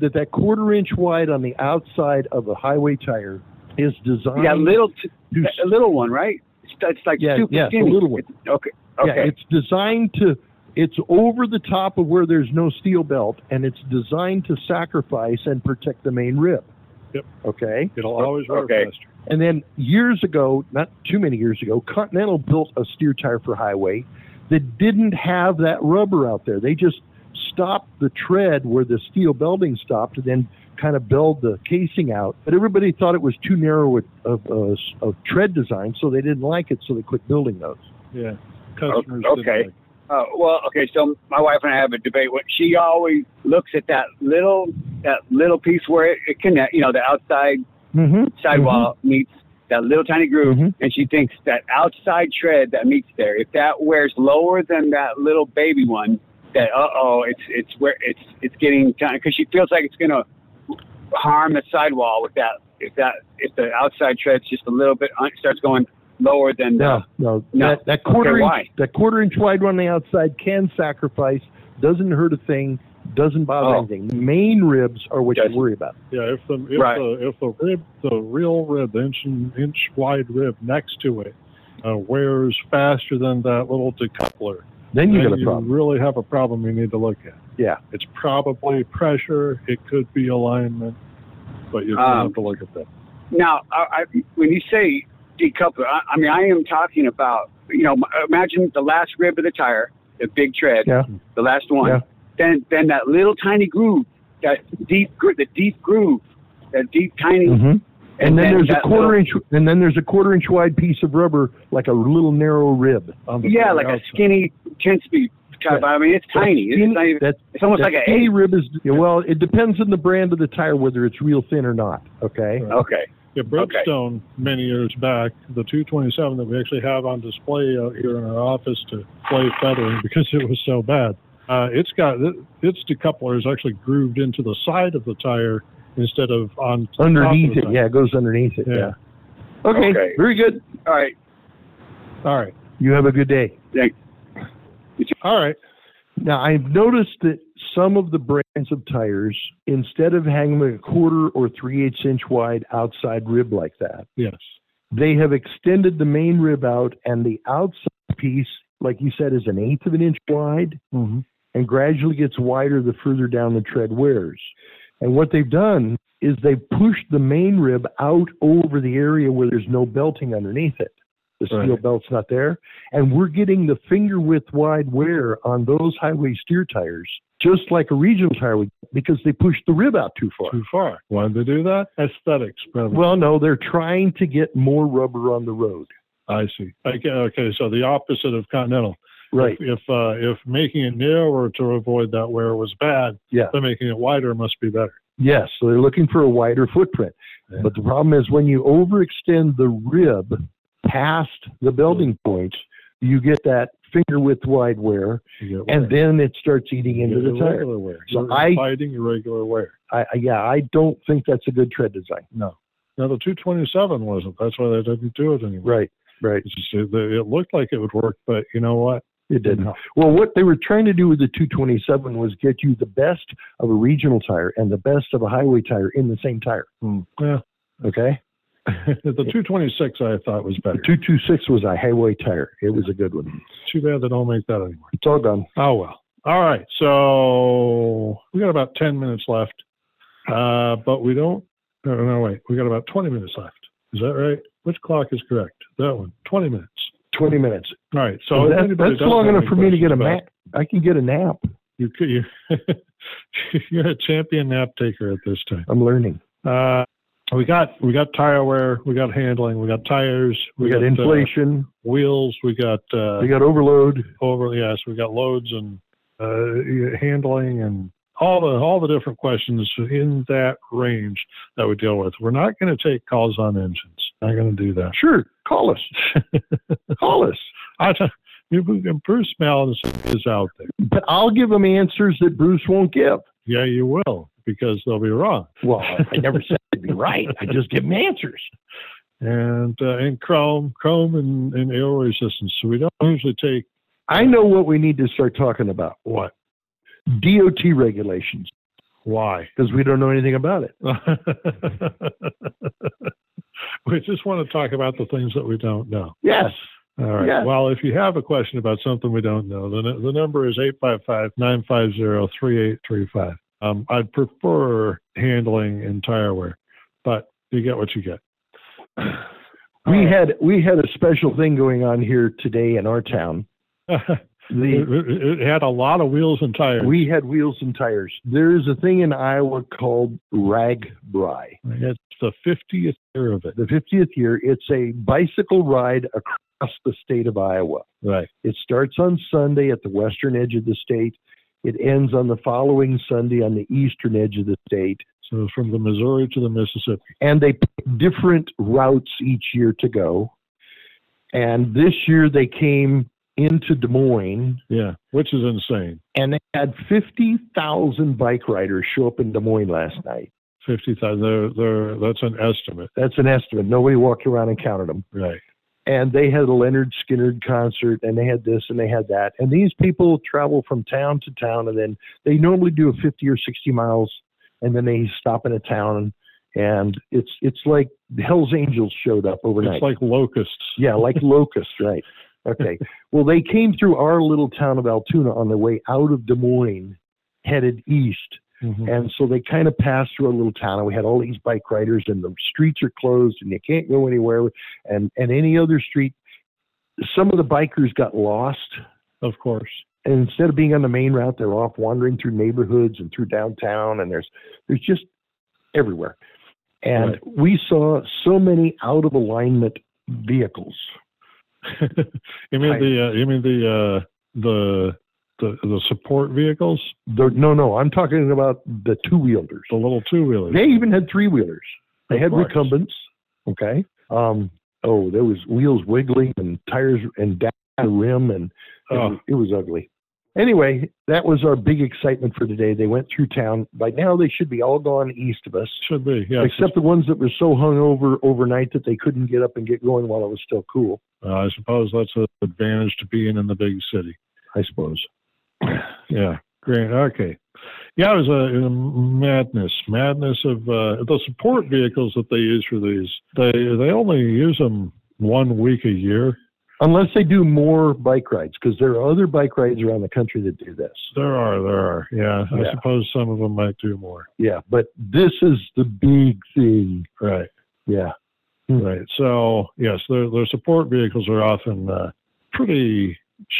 Speaker 1: that that quarter inch wide on the outside of a highway tire is designed
Speaker 5: Yeah, little t-
Speaker 1: to
Speaker 5: a little one, right? It's, it's like
Speaker 1: yeah,
Speaker 5: super
Speaker 1: yeah, it's a
Speaker 5: skinny.
Speaker 1: little one.
Speaker 5: Okay. Okay.
Speaker 1: Yeah, it's designed to it's over the top of where there's no steel belt and it's designed to sacrifice and protect the main rib.
Speaker 2: Yep.
Speaker 1: Oh, Okay.
Speaker 2: It'll always work
Speaker 5: Okay.
Speaker 2: faster.
Speaker 1: And then years ago, not too many years ago, Continental built a steer tire for highway that didn't have that rubber out there. They just stopped the tread where the steel belting stopped and then kind of build the casing out. But everybody thought it was too narrow of, of, uh, of tread design, so they didn't like it, so they quit building those.
Speaker 2: Yeah. Customers
Speaker 5: Okay.
Speaker 2: didn't like it.
Speaker 5: Uh, well, okay. So my wife and I have a debate. What she always looks at that little that little piece where it, it connect, you know, the outside
Speaker 1: Mm-hmm.
Speaker 5: sidewall meets that little tiny groove,
Speaker 1: Mhm.
Speaker 5: and she thinks that outside tread that meets there, if that wears lower than that little baby one, that uh oh, it's it's where it's it's getting kind because she feels like it's gonna harm the sidewall with that if that if the outside tread's just a little bit un- starts going lower than the
Speaker 1: No, no,
Speaker 5: No.
Speaker 1: That, that quarter
Speaker 5: Okay,
Speaker 1: inch,
Speaker 5: why?
Speaker 1: that quarter inch wide one on the outside can sacrifice, doesn't hurt a thing, doesn't bother
Speaker 5: Oh.
Speaker 1: anything. Main ribs are what
Speaker 5: Doesn't.
Speaker 1: you worry about.
Speaker 2: Yeah, if the if
Speaker 5: Right.
Speaker 2: the if the rib the real rib, the inch inch wide rib next to it, uh, wears faster than that little decoupler,
Speaker 1: Then you
Speaker 2: then
Speaker 1: got a problem.
Speaker 2: really have a problem you need to look at.
Speaker 1: Yeah.
Speaker 2: it's probably pressure. It could be alignment, but you
Speaker 5: Um,
Speaker 2: have to look at that.
Speaker 5: Now, I, I, when you say decouple, I, I mean, I am talking about, you know, imagine the last rib of the tire, the big tread,
Speaker 1: Yeah.
Speaker 5: the last one.
Speaker 1: Yeah.
Speaker 5: Then, then that little tiny groove, that deep, gro- the deep groove, that deep tiny,
Speaker 1: hmm And then there's
Speaker 5: that
Speaker 1: a quarter
Speaker 5: little-
Speaker 1: inch, and then there's a quarter inch wide piece of rubber, like a little narrow rib. Um,
Speaker 2: On the
Speaker 5: yeah,
Speaker 2: very
Speaker 5: like a
Speaker 2: outside.
Speaker 5: skinny ten speed type. I mean, it's tiny. It's, not even,
Speaker 1: That,
Speaker 5: it's almost
Speaker 1: that
Speaker 5: like an
Speaker 1: skinny
Speaker 5: eight.
Speaker 1: rib is yeah, well. It depends on the brand of the tire whether it's real thin or not. Okay.
Speaker 2: Right.
Speaker 5: Okay.
Speaker 2: Yeah, Bridgestone many years back, the 227 that we actually have on display out here in our office to play feathering [laughs] because it was so bad. Uh, it's got its decoupler is actually grooved into the side of the tire instead of on top of the
Speaker 1: Underneath it,
Speaker 2: tire.
Speaker 1: yeah, it goes underneath it.
Speaker 2: Yeah.
Speaker 1: Yeah. Okay.
Speaker 5: Okay.
Speaker 1: Very good.
Speaker 5: All right.
Speaker 2: All right.
Speaker 1: You have a good day.
Speaker 2: All right.
Speaker 1: Now, I've noticed that some of the brands of tires, instead of hanging a quarter or three eighths inch wide outside rib like that,
Speaker 2: Yes.
Speaker 1: they have extended the main rib out and the outside piece, like you said, is an eighth of an inch wide
Speaker 2: Mm-hmm.
Speaker 1: and gradually gets wider the further down the tread wears. And what they've done is they've pushed the main rib out over the area where there's no belting underneath it. The steel
Speaker 2: Right.
Speaker 1: belt's not there. And we're getting the finger width wide wear on those highway steer tires, just like a regional tire would, because they push the rib out too far.
Speaker 2: Too far. Why did they do that? Aesthetics, brother.
Speaker 1: Well, no, they're trying to get more rubber on the road.
Speaker 2: I see. Okay, okay, so the opposite of continental.
Speaker 1: Right.
Speaker 2: If uh, if making it narrower to avoid that wear was bad,
Speaker 1: Yeah.
Speaker 2: then making it wider must be better.
Speaker 1: Yes. So they're looking for a wider footprint.
Speaker 2: Yeah.
Speaker 1: But the problem is when you overextend the rib past the belting point, you get that finger width wide wear,
Speaker 2: You get
Speaker 1: and
Speaker 2: wear.
Speaker 1: then it starts eating into
Speaker 2: You get
Speaker 1: the tire.
Speaker 2: irregular wear.
Speaker 1: So
Speaker 2: You're
Speaker 1: I-
Speaker 2: fighting irregular wear.
Speaker 1: I, I- yeah, I don't think that's a good tread design.
Speaker 2: No. Now the 227 wasn't. That's why they didn't do it anymore.
Speaker 1: Right. Right.
Speaker 2: It's just, it, it looked like it would work, but you know what?
Speaker 1: It didn't. Well, what they were trying to do with the 227 was get you the best of a regional tire and the best of a highway tire in the same tire.
Speaker 2: Hmm. Yeah. [laughs]
Speaker 1: Okay.
Speaker 2: the 226 I thought was
Speaker 1: The
Speaker 2: better.
Speaker 1: 226 was a highway tire. It was a good one.
Speaker 2: Too bad they don't make that anymore.
Speaker 1: It's all gone.
Speaker 2: Oh well. All right. So we got about 10 minutes left, uh, but we don't. No, no, wait. We got about 20 minutes left. Is that right? Which clock is correct? That one. 20 minutes.
Speaker 1: 20 minutes.
Speaker 2: All right. So if
Speaker 1: That-
Speaker 2: anybody
Speaker 1: that's
Speaker 2: does
Speaker 1: long
Speaker 2: have
Speaker 1: enough
Speaker 2: any
Speaker 1: for me to get a
Speaker 2: questions about-
Speaker 1: nap. I can get a nap.
Speaker 2: You could. You, [laughs] you're a champion nap taker at this time.
Speaker 1: I'm learning.
Speaker 2: Uh, we got we got tire wear, we got handling, we got tires,
Speaker 1: We got
Speaker 2: uh,
Speaker 1: inflation.
Speaker 2: wheels, we got uh,
Speaker 1: We got overload.
Speaker 2: over yes, we got loads and uh, handling and all the all the different questions in that range that we deal with. We're not going to take calls on engines. Not going to do that.
Speaker 1: Sure. Call us. [laughs] Call us.
Speaker 2: I [laughs] t- you- Bruce Malin is out there.
Speaker 1: But I'll give them answers that Bruce won't give.
Speaker 2: Yeah, you will because they'll be wrong.
Speaker 1: Well, I never said it'd be right. I just give them answers.
Speaker 2: and uh, and chrome, chrome and, and air resistance. So we don't usually take
Speaker 1: I know what we need to start talking about. What? DOT regulations,
Speaker 2: [laughs] why.
Speaker 1: because we don't know anything about it.
Speaker 2: we just want to talk about the things that we don't know.
Speaker 1: Yes.
Speaker 2: All right.
Speaker 1: Yes.
Speaker 2: Well, if you have a question about something we don't know, the, nu- the number is 855-950-3835. Um, I'd prefer handling and tire wear, but you get what you get. [laughs]
Speaker 1: We
Speaker 2: All right.
Speaker 1: had we had a special thing going on here today in our town. The
Speaker 2: it, it- it had a lot of wheels and tires.
Speaker 1: we had wheels and tires. There is a thing in Iowa called rag bri.
Speaker 2: it's the 50th year of it.
Speaker 1: The 50th year, it's a bicycle ride across the state of Iowa.
Speaker 2: Right.
Speaker 1: It starts on Sunday at the western edge of the state. It ends on the following Sunday on the eastern edge of the state.
Speaker 2: So from the Missouri to the Mississippi.
Speaker 1: and they pick different routes each year to go. And this year they came into Des Moines
Speaker 2: Yeah, which is insane.
Speaker 1: and they had 50,000 bike riders show up in Des Moines last night.
Speaker 2: Fifty thousand. They're, they're, that's an estimate,
Speaker 1: That's an estimate. Nobody walked around and counted them.
Speaker 2: right?
Speaker 1: And they had a Leonard Skinner concert and they had this and they had that. And these people travel from town to town and then they normally do a 50 or 60 miles and then they stop in a town and it's it's like Hell's Angels showed up overnight.
Speaker 2: It's like locusts.
Speaker 1: Yeah,
Speaker 2: [laughs]
Speaker 1: like locusts, right. Okay. Well, they came through our little town of Altoona on their way out of Des Moines, headed east.
Speaker 2: Mhm.
Speaker 1: And so they kind of passed through a little town, and we had all these bike riders, and the streets are closed, and you can't go anywhere. And, and any other street, some of the bikers got lost.
Speaker 2: Of course. [laughs]
Speaker 1: And instead of being on the main route, they're off wandering through neighborhoods and through downtown, and there's there's just everywhere. And
Speaker 2: Right.
Speaker 1: we saw so many out of alignment vehicles.
Speaker 2: you mean
Speaker 1: I-
Speaker 2: the uh, you mean the uh, the the the support vehicles,
Speaker 1: The, no, no, I'm talking about the two wheelers.
Speaker 2: the little two wheelers.
Speaker 1: They even had three wheelers. They
Speaker 2: Of
Speaker 1: had
Speaker 2: course.
Speaker 1: recumbents. Okay. Um, oh, there was wheels wiggling and tires and down the rim, and it,
Speaker 2: Oh,
Speaker 1: was, it was ugly. Anyway, that was our big excitement for today. They went through town. By now, they should be all gone east of us,
Speaker 2: should be. Yeah.
Speaker 1: except the ones that were so hungover overnight that they couldn't get up and get going while it was still cool.
Speaker 2: Uh, I suppose that's an advantage to being in the big city.
Speaker 1: I suppose.
Speaker 2: Yeah. Great. Okay. Yeah, it was a, it was a madness, madness of uh, the support vehicles that they use for these. They they only use them one week a year.
Speaker 1: Unless they do more bike rides, because there are other bike rides around the country that do this.
Speaker 2: There are, there are. Yeah,
Speaker 1: Yeah.
Speaker 2: I suppose some of them might do more.
Speaker 1: Yeah, but this is the big thing.
Speaker 2: Right.
Speaker 1: Yeah.
Speaker 2: Right. So yes, their their support vehicles are often uh, pretty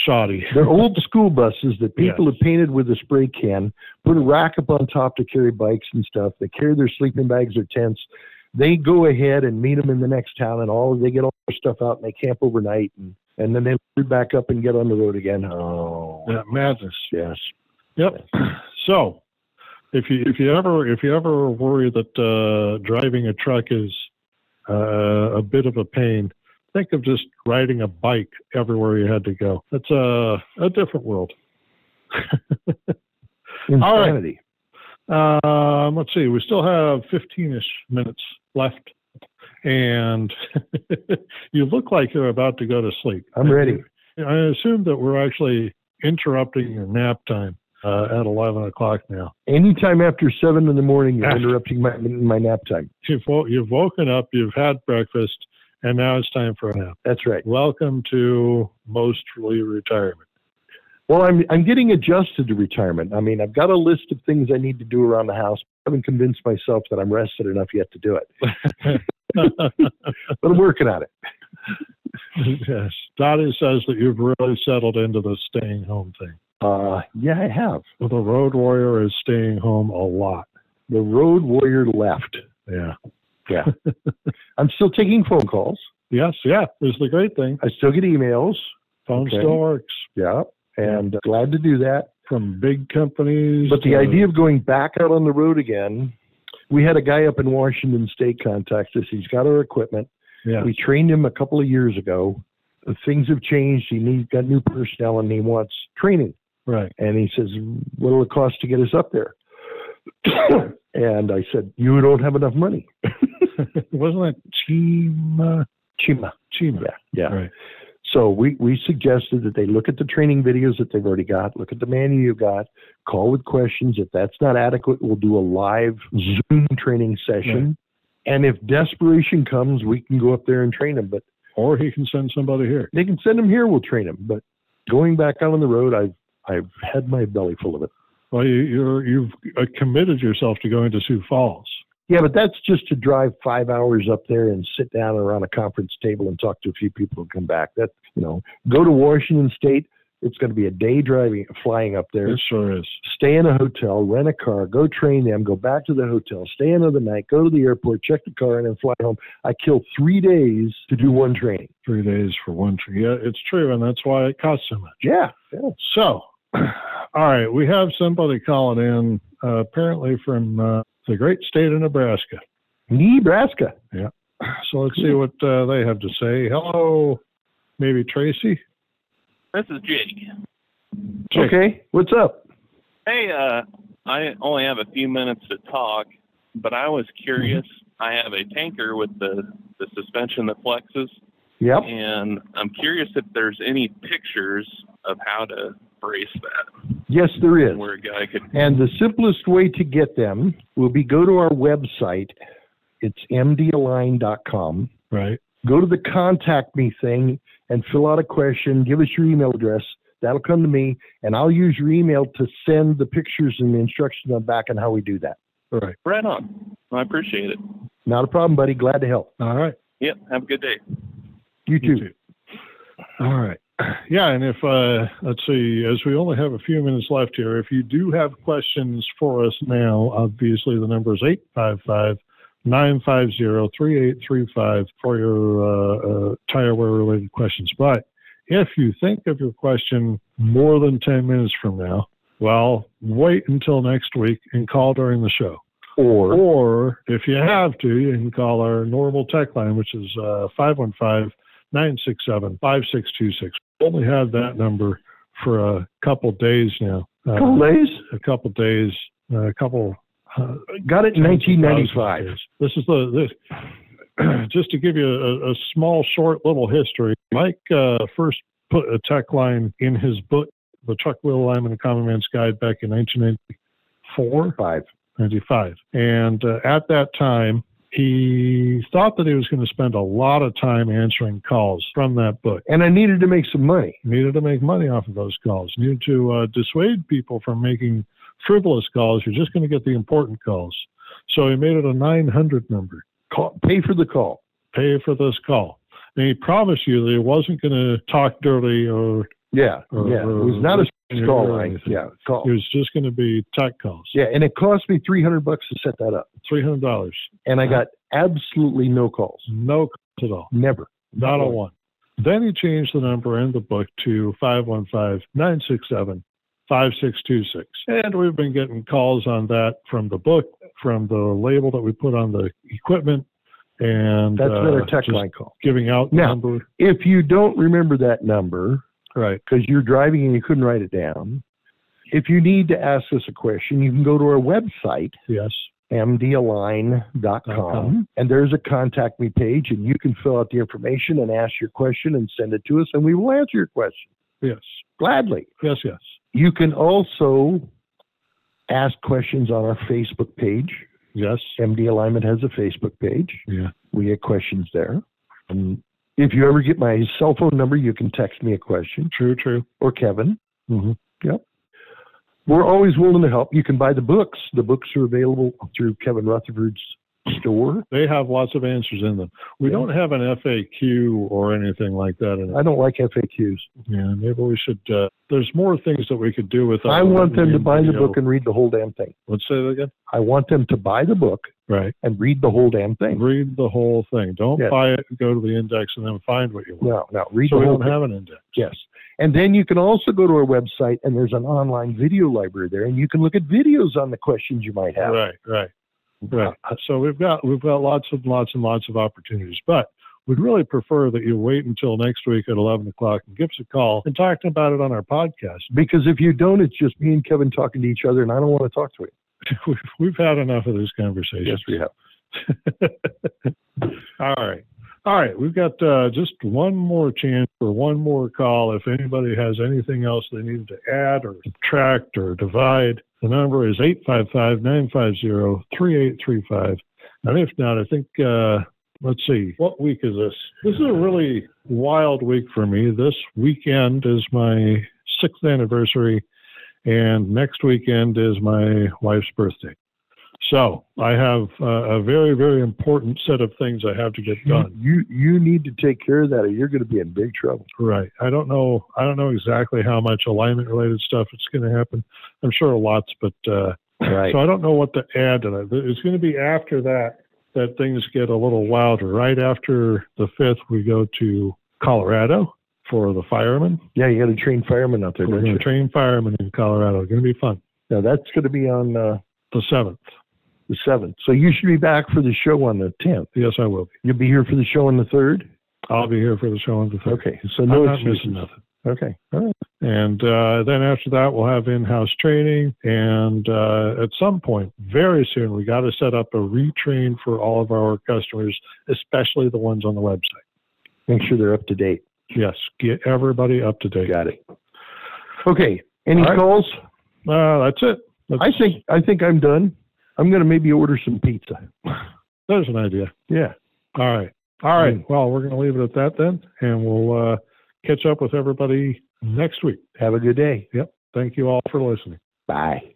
Speaker 2: shoddy.
Speaker 1: They're old school buses that people have painted with a spray can, put a rack up on top to carry bikes and stuff. They carry their sleeping bags or tents. They go ahead and meet them in the next town, and all they get all their stuff out and they camp overnight, and and then they load back up and get on the road again. Oh,
Speaker 2: [laughs] Yeah, madness.
Speaker 1: yes.
Speaker 2: Yep. [clears throat] So, if you if you ever if you ever worry that uh, driving a truck is uh, a bit of a pain, think of just riding a bike everywhere you had to go. That's a a different world. All right.
Speaker 1: Insanity.
Speaker 2: Um, let's see. We still have 15-ish minutes left, and [laughs] you look like you're about to go to sleep.
Speaker 1: I'm ready.
Speaker 2: I assume that we're actually interrupting your nap time uh, at 11 o'clock now.
Speaker 1: Anytime after seven in the morning,
Speaker 2: Ah.
Speaker 1: you're interrupting my my nap time.
Speaker 2: You've, wo- you've woken up, you've had breakfast, and now it's time for a nap.
Speaker 1: That's right.
Speaker 2: Welcome to mostly retirement. [laughs]
Speaker 1: Well, I'm I'm getting adjusted to retirement. I mean, I've got a list of things I need to do around the house. I haven't convinced myself that I'm rested enough yet to do it, but I'm working on it.
Speaker 2: yes. Dottie says that you've really settled into the staying home thing.
Speaker 1: Uh, yeah, I have.
Speaker 2: Well, the road warrior is staying home a lot.
Speaker 1: The road warrior left.
Speaker 2: Yeah.
Speaker 1: Yeah. [laughs] I'm still taking phone calls.
Speaker 2: Yes. Yeah. Is the great thing.
Speaker 1: I still get emails.
Speaker 2: Phone
Speaker 1: Okay.
Speaker 2: still works
Speaker 1: Yeah. And uh, glad to do that.
Speaker 2: from big companies.
Speaker 1: But the
Speaker 2: to-
Speaker 1: idea of going back out on the road again, we had a guy up in Washington State contact us. He's got our equipment.
Speaker 2: Yeah.
Speaker 1: We trained him a couple of years ago. Things have changed. He needs got new personnel and he wants training.
Speaker 2: Right. [laughs]
Speaker 1: And he says, What'll it cost to get us up there? [coughs] and I said, You don't have enough money.
Speaker 2: Wasn't that Chima?
Speaker 1: Chima.
Speaker 2: Chima.
Speaker 1: Yeah. Yeah.
Speaker 2: Right.
Speaker 1: So we, we suggested that they look at the training videos that they've already got, look at the manual you've got, call with questions. If that's not adequate, we'll do a live Zoom training session. And if desperation comes, we can go up there and train them. But
Speaker 2: Or he can send somebody here.
Speaker 1: they can send them here, we'll train them. But going back out on the road, I've, I've had my belly full of it.
Speaker 2: Well, you, you're, you've uh, committed yourself to going to Sioux Falls.
Speaker 1: Yeah, but that's just to drive five hours up there and sit down around a conference table and talk to a few people and come back. That you know, go to Washington State. It's going to be a day driving, flying up there.
Speaker 2: It sure is.
Speaker 1: Stay in a hotel, rent a car, go train them, go back to the hotel, stay another night, go to the airport, check the car, and then fly home. I kill three days to do one training.
Speaker 2: Three days for one tree. Yeah, it's true, and that's why it costs so much.
Speaker 1: Yeah, yeah.
Speaker 2: So, [clears throat] all right, we have somebody calling in, uh, apparently from uh, the great state of Nebraska.
Speaker 1: Nebraska.
Speaker 2: So let's see what uh, they have to say. Hello, maybe Tracy.
Speaker 6: This is Jake.
Speaker 2: Jake.
Speaker 1: Okay, what's up?
Speaker 6: Hey, uh, I only have a few minutes to talk, but I was curious. I have a tanker with the, the suspension that flexes,
Speaker 1: Yep.
Speaker 6: and I'm curious if there's any pictures of how to brace that,
Speaker 1: Yes, there is.
Speaker 6: where a guy could.
Speaker 1: And the simplest way to get them will be go to our website. It's mdalign.com.
Speaker 2: Right.
Speaker 1: Go to the contact me thing and fill out a question. Give us your email address. That'll come to me, and I'll use your email to send the pictures and the instructions on back on how we do that.
Speaker 2: Right.
Speaker 6: Right on. I appreciate it.
Speaker 1: Not a problem, buddy. Glad to help.
Speaker 2: All right.
Speaker 6: Yep. Have a good day.
Speaker 1: You
Speaker 2: You
Speaker 1: too.
Speaker 2: too. All right. Yeah, and if uh, let's see, as we only have a few minutes left here, if you do have questions for us now, obviously the number is 855 950 3835 for your uh, uh, tire wear related questions. But if you think of your question more than 10 minutes from now, well, wait until next week and call during the show.
Speaker 1: Or
Speaker 2: Or if you have to, you can call our normal tech line, which is uh, 515 967 5626. Only have that number for a couple days now. Uh,
Speaker 1: couple days.
Speaker 2: a couple days, uh, a couple. Uh,
Speaker 1: Got it in 1995.
Speaker 2: This is the this. [clears throat] just to give you a, a small, short, little history. Mike uh, first put a tech line in his book, The Truck Wheel Alignment and Common Man's Guide, back in 1994.
Speaker 1: Five.
Speaker 2: 95. And uh, at that time, he thought that he was going to spend a lot of time answering calls from that book.
Speaker 1: And I needed to make some money.
Speaker 2: Needed to make money off of those calls, needed to uh, dissuade people from making frivolous calls. You're just going to get the important calls. So he made it a 900 number.
Speaker 1: Call, pay for the call.
Speaker 2: pay for this call. And he promised you that he wasn't going to talk dirty or
Speaker 1: Yeah,
Speaker 2: Uh,
Speaker 1: yeah. It was not a
Speaker 2: uh,
Speaker 1: call
Speaker 2: uh,
Speaker 1: line. Yeah,
Speaker 2: it
Speaker 1: call.
Speaker 2: was just going to be tech calls.
Speaker 1: Yeah, and it cost me three hundred bucks to set that up,
Speaker 2: $300.
Speaker 1: and I got absolutely no calls.
Speaker 2: No calls at all.
Speaker 1: Never.
Speaker 2: Not a one. Then he changed the number in the book to 515 967 5626. And we've been getting calls on that from the book, from the label that we put on the equipment, and
Speaker 1: That's
Speaker 2: uh,
Speaker 1: another tech
Speaker 2: just
Speaker 1: line call.
Speaker 2: giving out the
Speaker 1: Now-
Speaker 2: number.
Speaker 1: If you don't remember that number
Speaker 2: Right.
Speaker 1: because you're driving and you couldn't write it down, if you need to ask us a question, you can go to our website
Speaker 2: Yes. Uh-huh.
Speaker 1: mdalign.com and there's a contact me page and you can fill out the information and ask your question and send it to us and we will answer your question
Speaker 2: Yes.
Speaker 1: gladly
Speaker 2: Yes. Yes.
Speaker 1: you can also ask questions on our facebook page
Speaker 2: Yes.
Speaker 1: md alignment has a facebook page
Speaker 2: Yeah.
Speaker 1: we get questions there um, if you ever get my cell phone number you can text me a question
Speaker 2: True. True.
Speaker 1: or kevin
Speaker 2: hmm
Speaker 1: we're always willing to help you can buy the books the books are available through kevin rutherford's store
Speaker 2: They have lots of answers in them. We
Speaker 1: Yeah.
Speaker 2: don't have an FAQ or anything like that. In it.
Speaker 1: i don't like faqs
Speaker 2: Yeah. Maybe we should. Uh, there's more things that we could do with.
Speaker 1: I
Speaker 2: our
Speaker 1: want them to buy the
Speaker 2: video.
Speaker 1: book and read the whole damn thing.
Speaker 2: Let's say that again.
Speaker 1: I want them to buy the book
Speaker 2: Right.
Speaker 1: and read the whole damn thing.
Speaker 2: Read the whole thing. Don't
Speaker 1: Yes.
Speaker 2: buy it. Go to the index and then find what you want.
Speaker 1: No, no, read
Speaker 2: so
Speaker 1: the
Speaker 2: we
Speaker 1: whole
Speaker 2: don't
Speaker 1: thing.
Speaker 2: have an index.
Speaker 1: Yes. And then you can also go to our website and there's an online video library there and you can look at videos on the questions you might have. Uh,
Speaker 2: Right. Right. Right. So we've got we've got lots and lots and lots of opportunities, but we'd really prefer that you wait until next week at eleven o'clock and give us a call and talk about it on our podcast. [laughs]
Speaker 1: Because if you don't, it's just me and Kevin talking to each other and I don't want to talk to him.
Speaker 2: We've, we've had enough of these conversations.
Speaker 1: have.
Speaker 2: All right. All right. We've got uh, just one more chance for one more call. If anybody has anything else they needed to add or subtract or divide, the number is 855 950 3835. And if not, I think, uh, let's see, what week is this? This is a really wild week for me. This weekend is my sixth anniversary, and next weekend is my wife's birthday. So I have uh, a very, very important set of things I have to get done.
Speaker 1: You, you need to take care of that or you're going to be in big trouble.
Speaker 2: Right. I don't know. I don't know exactly how much alignment related stuff it's going to happen. I'm sure lots, but uh,
Speaker 1: Right.
Speaker 2: so I don't know what to add to that. It's going to be after that that things get a little wilder. Right after the fifth, we go to Colorado for the firemen.
Speaker 1: Yeah, you got to train firemen out there,
Speaker 2: We're
Speaker 1: don't
Speaker 2: going
Speaker 1: you?
Speaker 2: to train firemen in Colorado. It's going to be fun.
Speaker 1: Now that's going to be on uh,
Speaker 2: The seventh.
Speaker 1: the 7th. So you should be back for the show on the 10th.
Speaker 2: Yes, I will. be.
Speaker 1: You'll be here for the show on the 3rd?
Speaker 2: I'll be here for the show on the third.
Speaker 1: Okay, so
Speaker 2: I'm
Speaker 1: no
Speaker 2: not
Speaker 1: excuses.
Speaker 2: missing nothing.
Speaker 1: Okay,
Speaker 2: And uh, then after that, we'll have in house training. And uh, at some point, very soon, we got to set up a retrain for all of our customers, especially the ones on the website.
Speaker 1: make sure they're up to date.
Speaker 2: Yes, get everybody up to date.
Speaker 1: Got it. Okay, any
Speaker 2: All right.
Speaker 1: calls?
Speaker 2: Uh, that's it. That's,
Speaker 1: I think I think I'm done. I'm gonna maybe order some pizza.
Speaker 2: there's an idea.
Speaker 1: Yeah. Mm.
Speaker 2: All right. All right. Well, we're going to leave it at that then, and we'll uh, catch up with everybody next week.
Speaker 1: Have a good day.
Speaker 2: Thank you all for listening.
Speaker 1: Bye.